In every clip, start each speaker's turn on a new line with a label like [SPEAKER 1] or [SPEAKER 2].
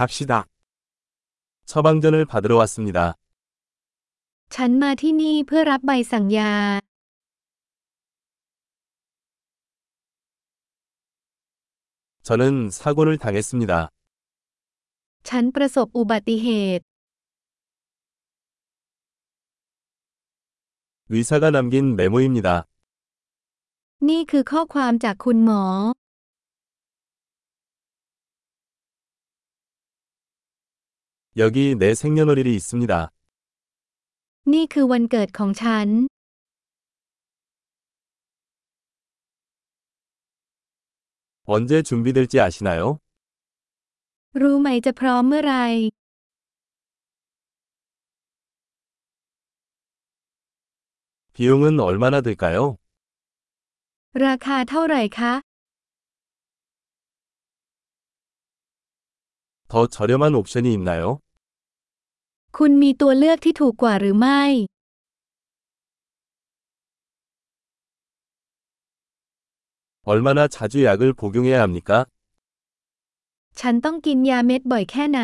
[SPEAKER 1] 갑시다. 처방전을 받으러 왔습니다.
[SPEAKER 2] ฉันมาที่นี่เพื่อรับใบสั่งยา
[SPEAKER 1] 저는 사고를 당했습니다.
[SPEAKER 2] ฉันประสบอุบัติเหตุ
[SPEAKER 1] 의사가 남긴 메모입니다.
[SPEAKER 2] นี่คือข้อความจากคุณหมอ
[SPEAKER 1] 여기 내 생년월일이 있습니다.
[SPEAKER 2] นี่คือวันเกิดของฉัน
[SPEAKER 1] 언제 준비될지 아시나요?
[SPEAKER 2] รู้ไหมจะพร้อมเมื่อไหร
[SPEAKER 1] 비용은 얼마나 들까요?
[SPEAKER 2] ราคาเท่าไหร่คะ
[SPEAKER 1] 더 저렴한 옵션이 있나요?
[SPEAKER 2] คุณมีตัวเลือกที่ถูกกว่าหรือไม่
[SPEAKER 1] 얼마나 자주 약을 복용해야 합니까?
[SPEAKER 2] ฉันต้องกินยาเม็ดบ่อยแค่ไหน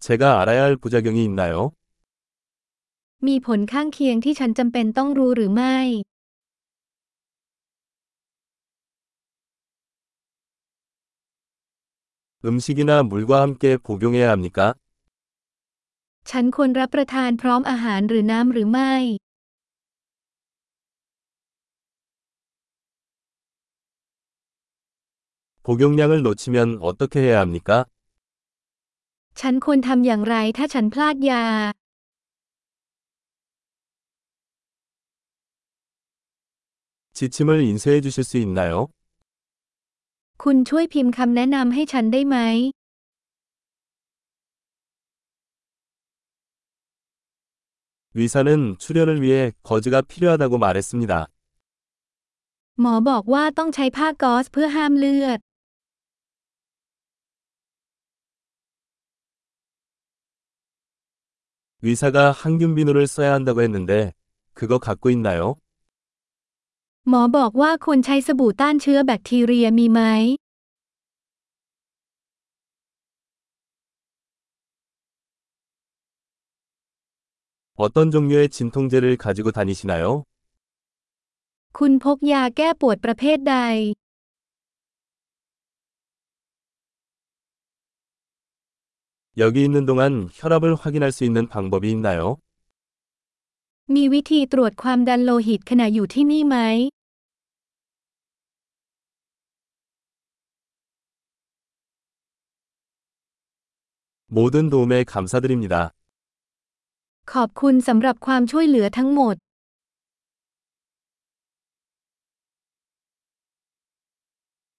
[SPEAKER 1] 제가 알아야 할 부작용이 있나요?
[SPEAKER 2] มีผลข้างเคียงที่ฉันจำเป็นต้องรู้หรือไม่
[SPEAKER 1] 음식이나 물과 함께 복용해야 합니까?
[SPEAKER 2] ฉันควรรับประทานพร้อมอาหารหรือน้ำหรือไม่
[SPEAKER 1] 복용량을 놓치면 어떻게 해야 합니까?
[SPEAKER 2] ฉันควรทำอย่างไรถ้าฉันพลาดยา
[SPEAKER 1] 지침을 인쇄해 주실 수 있나요?
[SPEAKER 2] คุณช่วยพิมพ์คำแนะนำให้ฉันได้ไหม
[SPEAKER 1] 의사는 출혈을 위해 거즈가 필요하다고 말했습니다.
[SPEAKER 2] หมอบอกว่าต้องใช้ผ้าก๊อซเพื่อห้ามเลือด
[SPEAKER 1] 의사가 항균 비누를 써야 한다고 했는데 그거 갖고 있나요?
[SPEAKER 2] หมอบอกว่าควรใช้สบู่ต้านเชื้อแบคทีเรียมีไหม
[SPEAKER 1] 어떤 종류의 진통제를 가지고 다니시나요?
[SPEAKER 2] คุณพกยาแก้ปวดประเภทใด
[SPEAKER 1] 여기 있는 동안 혈압을 확인할 수 있는 방법이 있나요?
[SPEAKER 2] มีวิธีตรวจความดันโลหิตขณะอยู่ที่นี่ไหม
[SPEAKER 1] 모든 도움에 감사드립니다.
[SPEAKER 2] ขอบคุณสำหรับความช่วยเหลือทั้งหมด